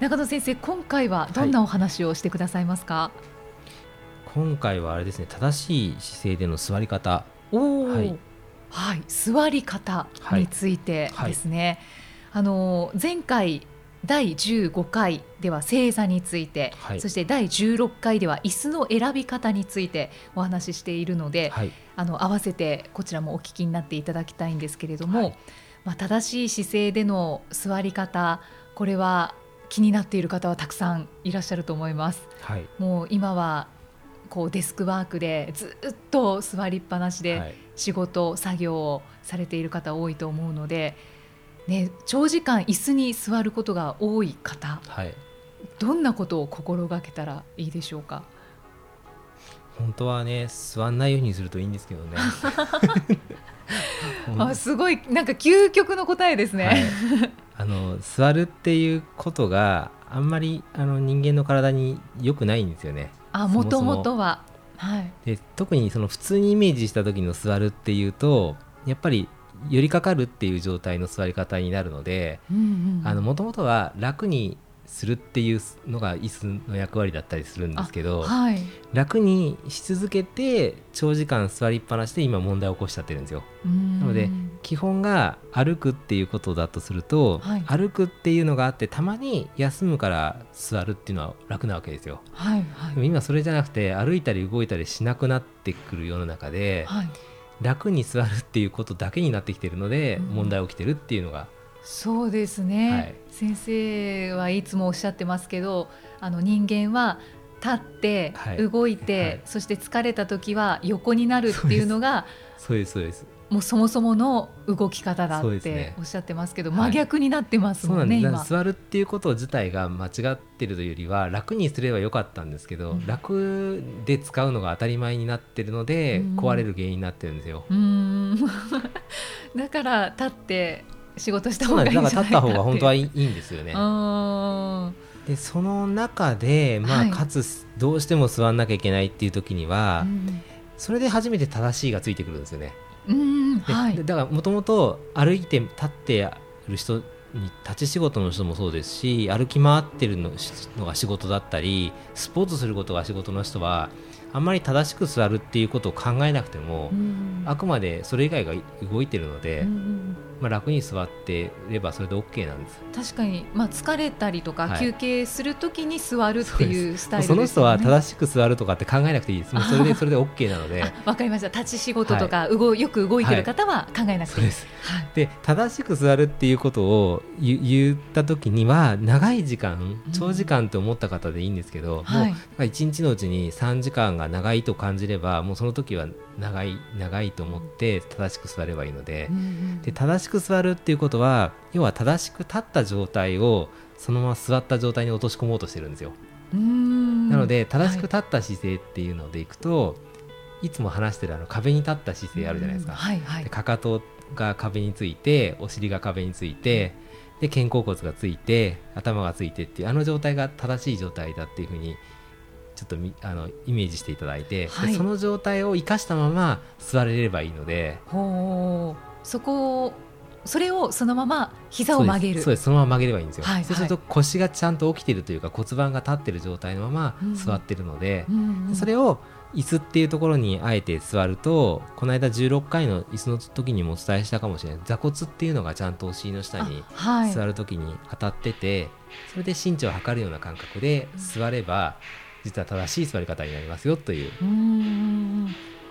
中野先生今回はどんなお話をしてくださいますか、今回はあれですね、正しい姿勢での座り方。おーはいはい、座り方についてですね、あの前回第15回では正座について、はいそして第16回では椅子の選び方についてお話ししているので、はい、あの合わせてこちらもお聞きになっていただきたいんですけれども、はいまあ、正しい姿勢での座り方これは気になっている方はたくさんいらっしゃると思います。はい、もう今はこうデスクワークでずっと座りっぱなしで、はい、仕事作業をされている方多いと思うので、ね、長時間椅子に座ることが多い方はい。どんなことを心がけたらいいでしょうか本当はね、座んないようにするといいんですけど ね。ほんあすごいなんか究極の答えですね。はいあの座るっていうことがあんまりあの人間の体に良くないんですよね。あそももそとももとは。はい、で特にその普通にイメージした時の座るっていうとやっぱり寄りかかるっていう状態の座り方になるので、うんうんあの元々は楽にするっていうのが椅子の役割だったりするんですけど、はい、楽にし続けて長時間座りっぱなしで今問題を起こしちゃってるんですよ。なので基本が歩くっていうことだとすると、はい歩くっていうのがあってたまに休むから座るっていうのは楽なわけですよ。はいはでもい今それじゃなくて歩いたり動いたりしなくなってくる世の中ではい、楽に座るっていうことだけになってきてるのでうん問題起きてるっていうのが、そうですね、はい先生はいつもおっしゃってますけどあの人間は立って、はい動いて、はいそして疲れた時は横になるっていうのがそうですそうです。もうそもそもの動き方だそうっですてねおっしゃってますけどはい真逆になってますそもうなんんでね、す今なんで座るっていうこと自体が間違ってるというよりは楽にすればよかったんですけど、うん楽で使うのが当たり前になってるので、うん壊れる原因になってるんですよ。うーん だから立って仕事したそう方ながいんでいすんじゃだなかいから立った方が本当はいいいいいんですようね。ーんでその中で、まはあ、いかつどうしても座んなきゃいけないっていう時には、うんそれで初めて正しいがついてくるんですよね。うーんではいでだからもともと歩いて立ってる人に立ち仕事の人もそうですし歩き回ってるのしのが仕事だったりスポーツすることが仕事の人はあんまり正しく座るっていうことを考えなくても、うんあくまでそれ以外が動いてるので、うんまあ、楽に座ってればそれで OK なんで確す。かに、まあ、疲れたりとか、はい休憩するときに座るっていうスタイルそのです人よね、は正しく座るとかって考えなくていいです。もうそれでそれで OK なので。あわかりました立ち仕事とか、動よく動いてる方は考えなくそてういい、ではいすで正しく座るっていうことを言言った時には長い時間うん長時間と思った方でいいんですけど、はいもう一日のうちに3時間が長いと感じればもうその時は長い長いと思って正しく座ればいいので,、うんうんで正しく座るっていうことは要は正しく立った状態をそのまま座った状態に落とし込もうとしてるんですよ。うーんなので正しく立った姿勢っていうのでいくと、い、つも話してるあの壁に立った姿勢あるじゃないですか。うんはいはいでかかとが壁についてお尻が壁についてで肩甲骨がついて頭がついてっていうあの状態が正しい状態だっていうふうにちょっとみあのイメージしていただいて、ではいその状態を生かしたまま座れればいいのでほうそこをそれをそのまま膝を曲げるそうですそうですそのまま曲げればいいんですよ、はいそうすると腰がちゃんと起きてるというか骨盤が立ってる状態のまま座ってるので、うんうんそれを椅子っていうところにあえて座るとこの間16回の椅子の時にもお伝えしたかもしれない座骨っていうのがちゃんとお尻の下にあはい座る時に当たってて、それで身長を測るような感覚で座れば実は正しい座り方になりますよという、うーん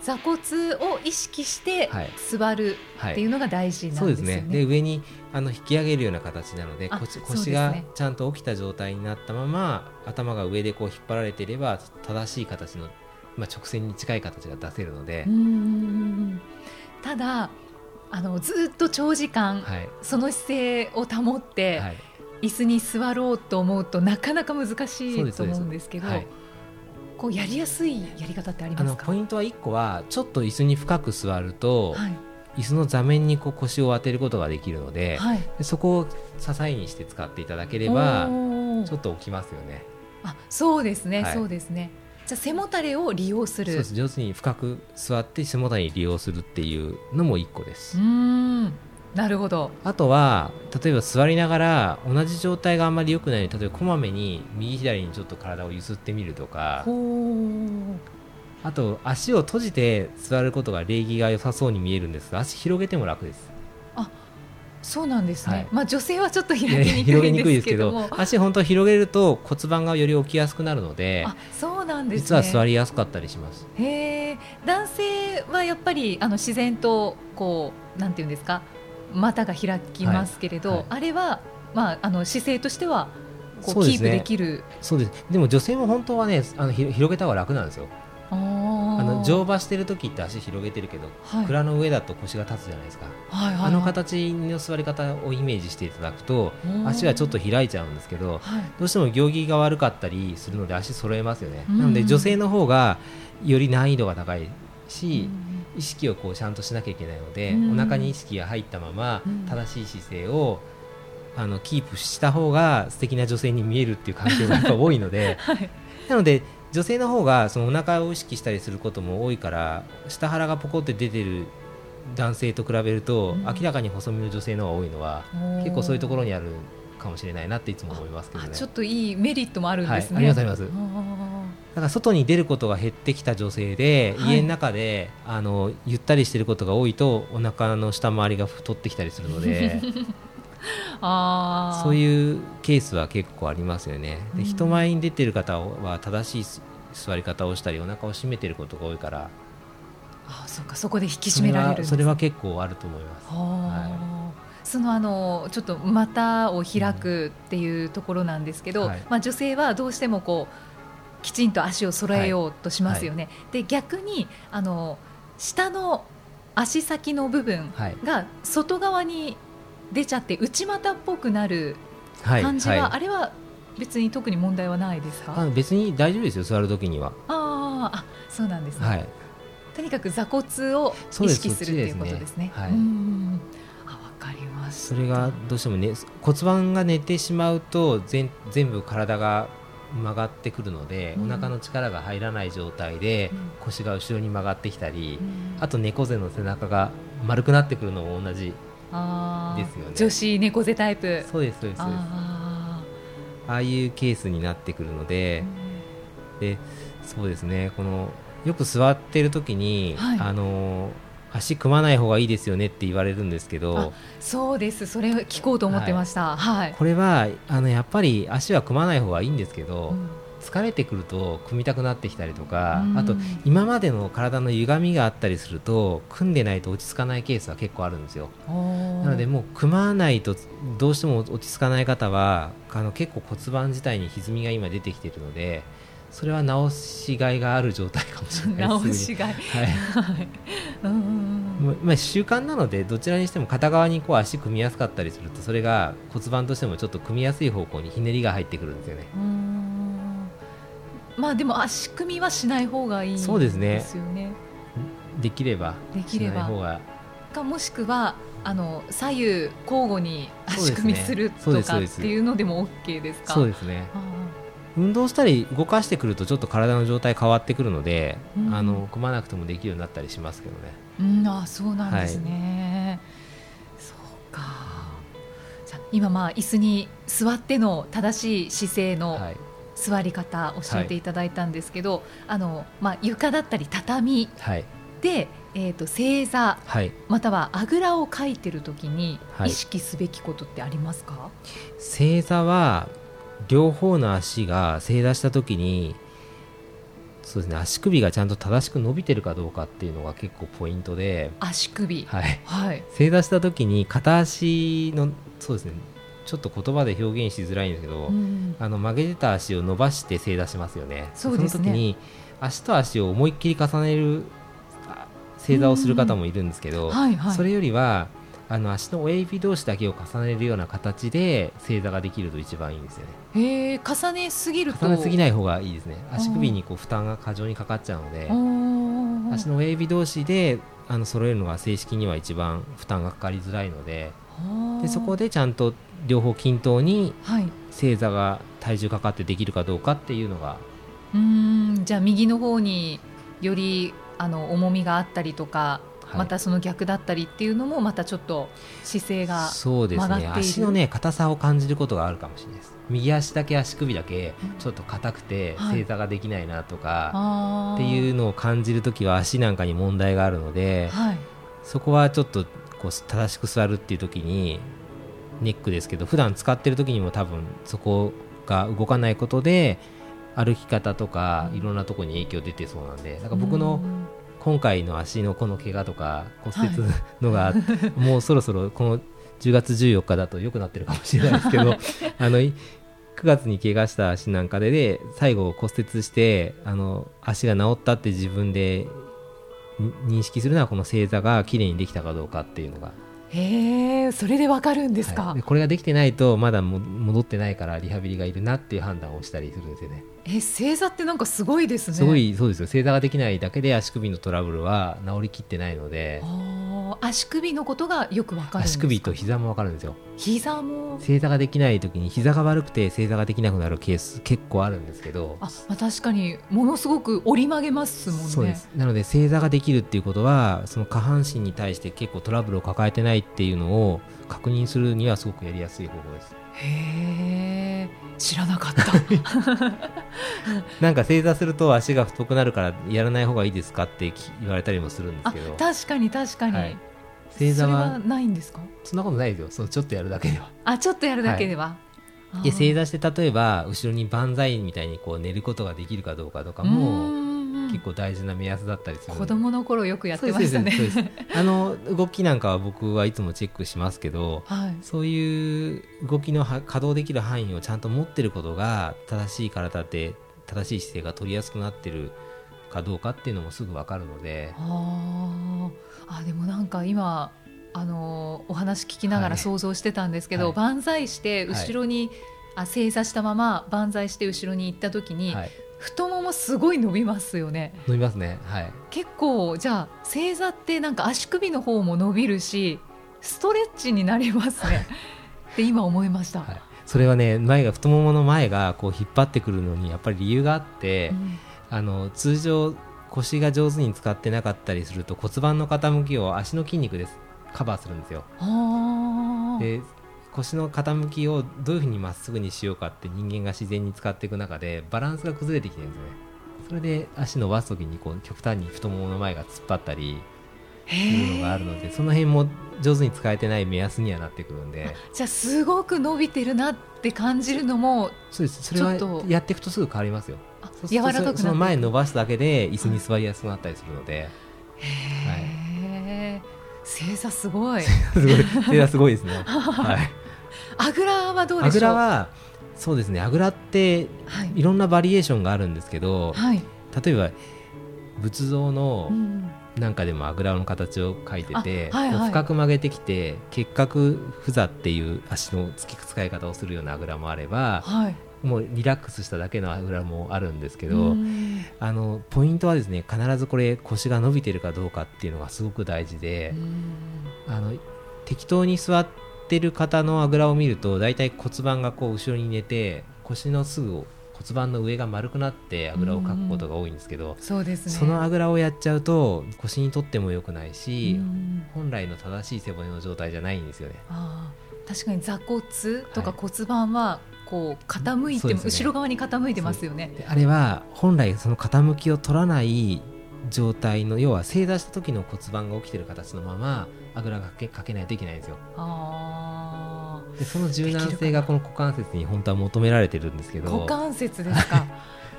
座骨を意識してはい座るはっていうのが大事なそんうでですすよね。ねで上にあの引き上げるような形なのであ腰そうです腰ねがちゃんと起きた状態になったまま頭が上でこう引っ張られていれば正しい形の、まあ、直線に近い形が出せるのでう、んうんうんうんただあのずっと長時間、はいその姿勢を保って、はい椅子に座ろうと思うとなかなか難しそういですと思うんですけどはいこうやりやすいやり方ってありあまのすかポイントは1個はちょっと椅子に深く座ると、はい椅子の座面にこう腰を当てることができるので、はい、でそこを支えにして使っていただければおーちょっと起きますよねあそうですね、はいそうですねじゃあ背もたれを利用すそうるです上手に深く座って背もたれに利用するっていうのも1個です、うーんなるほどあとは例えば座りながら同じ状態があんまり良くない例えばこまめに右左にちょっと体を揺すってみるとかほーあと足を閉じて座ることが礼儀が良さそうに見えるんですが足広げても 楽ですそうなんですね、はいまあ女性はちょっと開きいやに広くげいんにくでいですすけけどども 足本当広げると骨盤がより起きやすくなるのであそうなんですね実は座りやすかったりしますへー男性はやっぱりあの自然とこうなんていうんですか股が開きますけれど、はいはいあれは、まあ、あの姿勢としてはこそううでキーすプねできるそうですでも女性も本当はねあのひ広げた方が楽なんですよああのの乗馬してる時って足広げてるけどはい蔵の上だと腰が立つじゃないですかはいはいあの形の座り方をイメージしていただくと足はちょっと、開いちゃうんですけどはいどうしても行儀が悪かったりするので足揃えますよね、うんなので女性の方がより難易度が高いし、うん意識をこうちゃんとしなきゃいけないので、うんお腹に意識が入ったままうん正しい姿勢をあのキープした方が素敵な女性に見えるっていう環境がやっぱ多いので、 はいなので女性の方がそのお腹を意識したりすることも多いから下腹がポコって出てる男性と比べると、うん明らかに細身の女性の方が多いのは結構そういうところにあるかもしれないなっていつも思いますけどあね。ちょっといいメリットもあるんですね、はいありますありますあーだから外に出ることが減ってきた女性で、はい家の中であのゆったりしてることが多いとお腹の下回りが太ってきたりするの であそうういうケースは結構ありますよねうんで人前に出てる方は正しい座り方をしたりお腹を締めてることが多いからあーそうかそこで引きそ締めれられるんはですそれは結構あると思いますはそのあのちょっと股を開くっていうところなんですけど、うんはいまあ、女性はどうしてもこうきちんと足を揃えようとしますよね。で逆にあの下の足先の部分はいが外側に出ちゃって内股っぽくなるはい感じは、はあれは別に特に問題はないですかい、あ別に大丈夫ですよ座る時には、あーあそうなんですね、はい、とにかく座骨をそう意です識するということですね。そっちですねはいうんうんうんあわかりましたそれがどうしてもね骨盤が寝てしまうと全全部体が曲がってくるので、うんお腹の力が入らない状態で、うん腰が後ろに曲がってきたり、うんあと猫背の背中が丸くなってくるのも同じあーですよね女子猫背タイプそうですそうですそうですあああいうケースになってくるのーで、でそうですねこのよく座ってる時に、はいあの足組まない方がいいですよねって言われるんですけあどそうですそれ聞こうと思ってましたはい、これはあのやっぱり足は組まない方がいいんですけど、うん疲れてくると組みたくなってきたりとか、うんあと今までの体の歪みがあったりすると組んでないと落ち着かないケースは結構あるんですよおーなのでもう組まないとどうしても落ち着かない方はあの結構骨盤自体に歪みが今出てきているのでそれは直しがいがある状態かもしれない直ですしがいすぐにはいはいうんうんうんままあ、習慣なのでどちらにしても片側にこう足組みやすかったりするとそれが骨盤としてもちょっと組みやすい方向にひねりが入ってくるんですよねうーんまあでも足組みはしない方がいいそうですねですよねできればできればしない方がかもしくはあの左右交互にそう足ですね組みするそうとですかそうっですていうのでも OK ですかそうですねあー運動したり動かしてくるとちょっと体の状態変わってくるので、うんあの組まなくてもできるようになったりしますけどねうん、あ、そうなんですね。そうか。じゃあ、今まあ椅子に座っての正しい姿勢のはい座り方教えていただいたんですけど、あのまあ床だったり畳はいで。えー、と正座はいまたはあぐらをかいてるときにはい意識すべきことってありますか、正座は両方の足が正座した時にそうですね足首がちゃんと正しく伸びてるかどうかっていうのが結構ポイントで、足首はい、はい、正座した時に片足のそうですねちょっと言葉で表現しづらいんですけど、うんあの曲げてた足を伸ばして正座しますよね。そうですねの時に足と足を思いっきり重ねるあ正座をする方もいるんですけど、はいはいそれよりはあの足の親指同士だけを重ねるような形で正座ができると一番いいんですよねへえ重ねすぎると重ねすぎないない方がいいですね足首にこう負担が過剰にかかっちゃうので足足の親指同士であの揃えるのが正式には一番負担がかかりづらいのででそこででちゃんと両方均等にはい正座が体重かかってできるかどうかっていうのがうーんじゃあ右の方によりあの重みがあったりとか、はいまたその逆だったりっていうのもまたちょっと姿勢がそうです曲ねがっている足のね硬さを感じることがあるかもしれないです右足だけ足首だけうんちょっと硬くてはい正座ができないなとか、あっていうう、のを感じるときは足なんかに問題があるので、はい、そこはちょっとこう正しく座るっていう時にネックですけど普段使ってる時にも多分そこが動かないことで歩き方とかうんいろんなとこに影響出てそうなんでだから僕の今回の足のこの怪我とか骨折 のが、もうそろそろこの10月14日だと良くなってるかもしれないです けどあのい9月に怪我した足なんかでで最後骨折してあの足が治ったって自分でに認識するのはこの正座がきれいにできたかどうかっていうのがうんへえそれでわかるんですか、はいでこれができてないとまだも戻ってないからリハビリがいるなっていう判断をしたりするんですよね。え正座ってなんかすごいですねすごいそうですよ正座ができないだけで足首のトラブルは治りきってないのであー足首のことがよくわかるんです足か首と膝もわかるんですよ。膝も正座ができない時に膝が悪くて正座ができなくなるケース結構あるんですけどあ、まあ、確かにものすごく折り曲げますもんねそうですなので正座ができるっていうことはその下半身に対して結構トラブルを抱えてないっていうのを確認するにはすごくやりやすい方法ですへえ知らなかった なんか正座すると足が太くなるからやらない方がいいですかってき言われたりもするんであすけど確かに確かに、はい正座それははないんですかそんなことないですよそのちょっとやるだけではあちょっとやるだけでは、いや正座座して例えば後ろに万歳みたいにこう寝ることができるかどうかとかもも結構大事な目安だったりするの子で供の頃よくやってましたねそうですそうですそうですあの動きなんかは僕はいつもチェックしますけどはいそういう動きのは稼働できる範囲をちゃんと持ってることが正しい体で正しい姿勢が取りやすくなってるかどうかっていうのもすぐ分かるのであーあでもなんか今あのーお話聞きながらはい想像してたんですけど、はい万歳して後ろに、あ正座したまま万歳して後ろに行った時に、はい太ももすごい伸びますよね伸びますねはい結構じゃあ正座ってなんか足首の方も伸びるしストレッチになります ねって今思いました、はいそれはね前が太ももの前がこう引っ張ってくるのにやっぱり理由があって、うんあの通常腰が上手に使ってなかったりすると骨盤の傾きを足の筋肉ですカバーするんですよあーで腰の傾きをどういうふうにまっすぐにしようかって人間が自然に使っていく中でバランスが崩れてきてるんですよねそれで足伸ばす時にこう極端に太ももの前が突っ張ったりっていうのがあるのへでその辺も上手に使えてない目安にはなってくるんでーじゃあすごく伸びてるなって感じるのもそうですそれはちょっとやっていくとすぐ変わりますよあそうす柔るとらかくなってその前伸ばすだけで椅子に座りやすくなったりする のでへー正座すごいすごいそれはすごいですねはいあぐらはどうあでしょぐうらはそうですねあぐらってはいいろんなバリエーションがあるんですけどはい、例えば仏像のうんなんかでもあぐらの形を描いてて、あはいはいこう深く曲げてきて結角ふざっていう足のつき使い方をするようなあぐらもあればはいもうリラックスしただけのあぐらもあるんですけど、うんあのポイントはですね必ずこれ腰が伸びてるかどうかっていうのがすごく大事でう、んあの適当に座ってる方のあぐらを見ると大体骨盤がこう後ろに寝て腰のすぐ骨盤の上が丸くなってあぐらをかくことが多いんですけど、そうですねそのあぐらをやっちゃうと腰にとっても良くないし、うん本来の正しい背骨の状態じゃないんですよね。あー確かに座骨とかはい骨盤はこう傾いて、そうですね後ろ側に傾いてますよねであれは本来その傾きを取らない状態の要は正座した時の骨盤が起きてる形のままあぐらがかけかけないといけないんですよあでその柔軟性がこの股関節に本当は求められてるんですけーど股関節ですか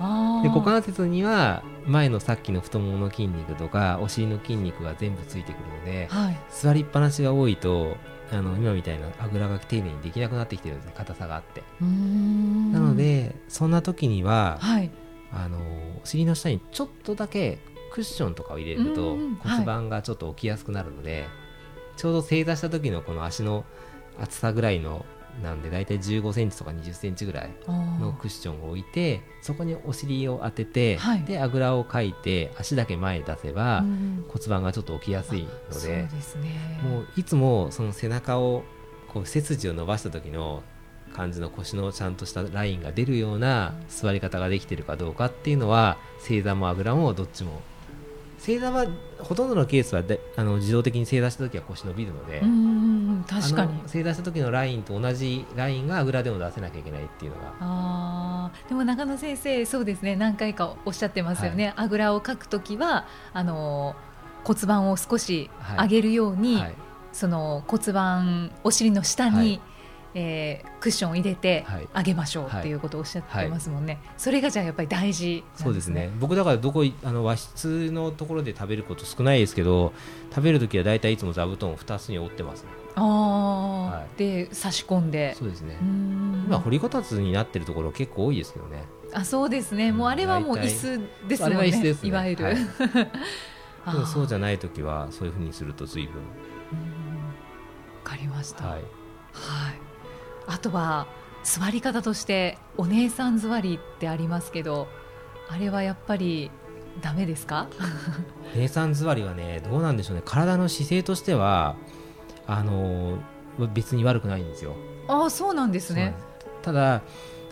あー で股関節には前のさっきの太ももの筋肉とかお尻の筋肉が全部ついてくるのではい座りっぱなしが多いとあの今みたいなあぐらが丁寧にできなくなってきてるんですね硬さがあって、ななのでそんな時には、はいあのお尻の下にちょっとだけクッションとかを入れるとうんうんはい骨盤がちょっと起きやすくなるので、ちょうど正座した時のこの足の厚さぐらいのなんで大体15センチとか20センチぐらいおーのクッションを置いてそこにお尻を当てて、はいであぐらをかいて足だけ前に出せば、うん骨盤がちょっと起きやすいのそうでですねもういつもその背中をこう背筋を伸ばした時の感じの腰のちゃんとしたラインが出るような座り方ができてるかどうかっていうのは正座もあぐらもどっちも正座はほとんどのケースはであの自動的に正座した時は腰伸びるので、うんうんうん確かにあの正座した時のラインと同じラインがあぐらでも出せなきゃいけないっていうのがあーでも中野先生そうですね何回かおっしゃってますよね、あぐらをかくときはあのー骨盤を少し上げるように、はいその骨盤お尻の下に、はいえークッションを入れてはい上げましょうはいっていうことをおっしゃってますもんね、それがじゃあやっぱり大事なんそうですね僕だからどこいあの和室のところで食べること少ないですけど食べる時は大体いつも座布団を2つに折ってますねああ、はで差し込んでそうですねうーん今掘りこたつになってるところ結構多いですけどねあそうですねもうあれはもう大椅体子ですあもんれはね椅子ですねいわゆる、はい あーでもそうじゃない時はそういうふうにすると随分うんわかりました、ははいいあとは座り方としてお姉さん座りってありますけどあれはやっぱりダメですか姉さん座りはねどうなんでしょうね体の姿勢としてはあの別に悪くないんですよああそうなんですねただ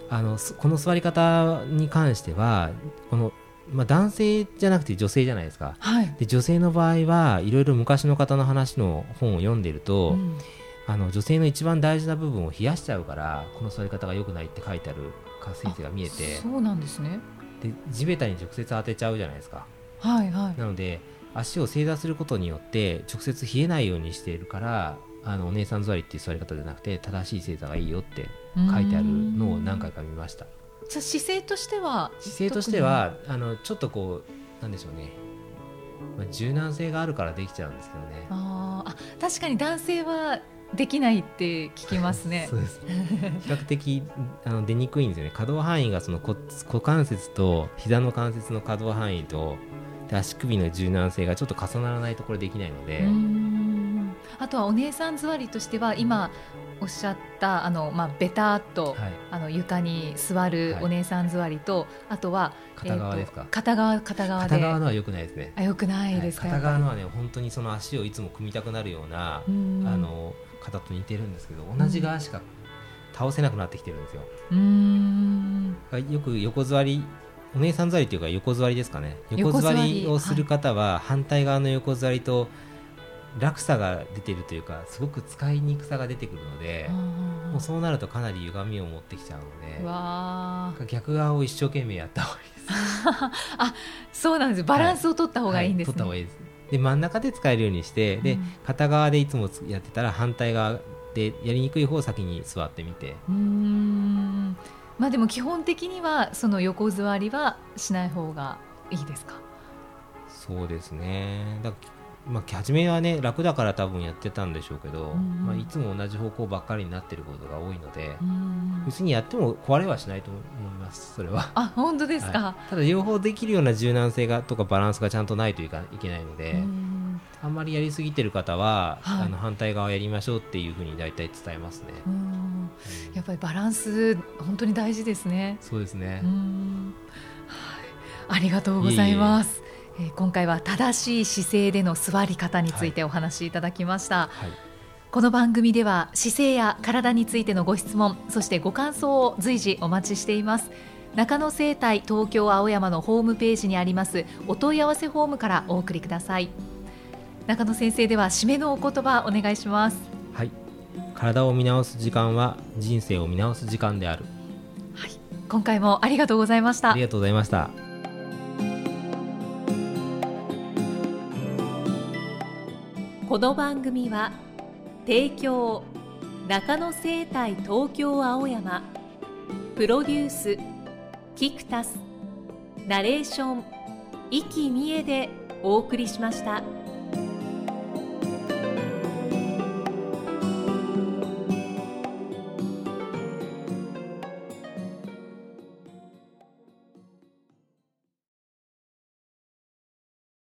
あのすこの座り方に関してはこの、まあ、男性じゃなくて女性じゃないですかはい、で女性の場合はいろいろ昔の方の話の本を読んでいると、うんあの女性の一番大事な部分を冷やしちゃうからこの座り方が良くないって書いてある先生が見えてそうなんですねで地べたに直接当てちゃうじゃないですかはいはいなので足を正座することによって直接冷えないようにしているからあのお姉さん座りっていう座り方じゃなくて正しい正座がいいよって書いてあるのを何回か見ましたうんじゃあ姿勢としては姿勢としてはあのちょっとこうなんでしょうね、まあ、柔軟性があるからできちゃうんですけどねあーあ確かに男性はできないって聞きますね そうです比較的あの出にくいんですよね可動範囲がその骨股関節と膝の関節の可動範囲とで足首の柔軟性がちょっと重ならないとこれできないので、うーんあとはお姉さん座りとしては今おっしゃったあの、まあ、ベターっと、はい、あの床に座るはいお姉さん座りと、あとは片側えーとですか片側片側で片側のは良くないですねあよくないですか、はいやっ片ぱり側のはね本当にその足をいつも組みたくなるような、うーんあの方と似てるんですけど同じ側しか倒せなくなってきてるんですようーんよく横座りお姉さん座りというか横座りですかね横横座座りりをする方は反対側の横座りと落差が出てるというかすごく使いにくさが出てくるのでもうそうなるとかなり歪みを持ってきちゃううのわーで逆側を一生懸命やった方がいいですそうなんですバランスを取った方がいいんですはね、取った方がいいですで真ん中で使えるようにしてで、うん片側でいつもやってたら反対側でやりにくい方を先に座ってみてうーんまあでも基本的にはその横座りはしない方がいいですかそうですねだから、まあ、初めはね楽だから多分やってたんでしょうけど、うんうんまあ、いつも同じ方向ばっかりになってることが多いのでうー、ん別にやっても壊れはしないと思いますそれは。あ本当ですか、はいただ両方できるような柔軟性がとかバランスがちゃんとないといかいけないので、うーんあんまりやりすぎてる方は、はいあの反対側やりましょうっていうふうに大体伝えますね、うーんうんやっぱりバランス本当に大事ですねそうですねうー、んはい、ありがとうございます。えー今回は正しい姿勢での座り方についてお話しいただきました、はいこの番組では姿勢や体についてのご質問そしてご感想を随時お待ちしています中野生態東京青山のホームページにありますお問い合わせフォームからお送りください中野先生では締めのお言葉お願いしますはい、体を見直す時間は人生を見直す時間である今回もありがとうございましたありがとうございましたこの番組は提供中野生態東京青山プロデュースキクタスナレーション生きみえでお送りしました。